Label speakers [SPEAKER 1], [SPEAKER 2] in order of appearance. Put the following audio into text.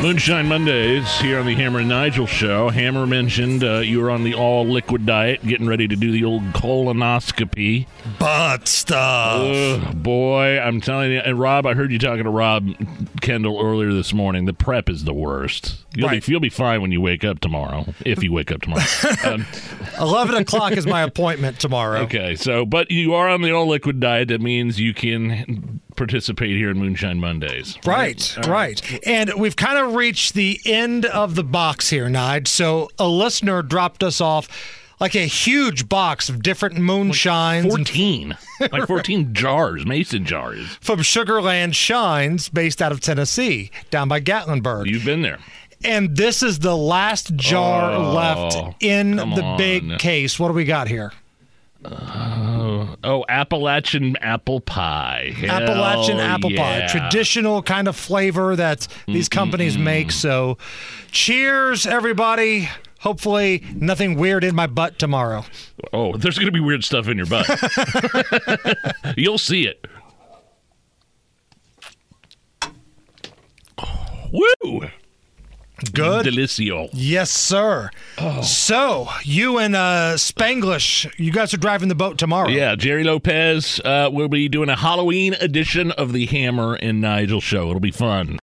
[SPEAKER 1] Moonshine Mondays here on the Hammer and Nigel show. Hammer mentioned uh, you were on the all liquid diet, getting ready to do the old colonoscopy.
[SPEAKER 2] Butt stuff.
[SPEAKER 1] Ugh, boy, I'm telling you. And Rob, I heard you talking to Rob Kendall earlier this morning. The prep is the worst. You'll,
[SPEAKER 2] Right.
[SPEAKER 1] be, you'll be fine when you wake up tomorrow, if you wake up tomorrow. um,
[SPEAKER 2] 11 o'clock is my appointment tomorrow.
[SPEAKER 1] okay, so, but you are on the all liquid diet. That means you can participate here in Moonshine Mondays.
[SPEAKER 2] Right, right. And we've kind of reached the end of the box here, Nige. So a listener dropped us off like a huge box of different moonshines and
[SPEAKER 1] 14. Like 14 jars, mason jars.
[SPEAKER 2] from Sugarland Shines, based out of Tennessee, down by Gatlinburg.
[SPEAKER 1] You've been there.
[SPEAKER 2] and this is the last jar
[SPEAKER 1] Oh,
[SPEAKER 2] left in
[SPEAKER 1] come
[SPEAKER 2] the
[SPEAKER 1] on.
[SPEAKER 2] big case. What do we got here?
[SPEAKER 1] Oh, Appalachian apple pie. Hell
[SPEAKER 2] Appalachian apple
[SPEAKER 1] Oh, yeah. Mm-hmm,
[SPEAKER 2] pie, traditional kind of flavor that these companies make. So, cheers, everybody. Hopefully, nothing weird in my butt tomorrow.
[SPEAKER 1] Oh, there's going to be weird stuff in your butt. You'll see it. Woo!
[SPEAKER 2] Good.
[SPEAKER 1] Delicio.
[SPEAKER 2] yes, sir.
[SPEAKER 1] Oh.
[SPEAKER 2] So, you and uh, Spanglish, you guys are driving the boat tomorrow.
[SPEAKER 1] Yeah, Jerry Lopez uh, will be doing a Halloween edition of the Hammer and Nigel show. It'll be fun.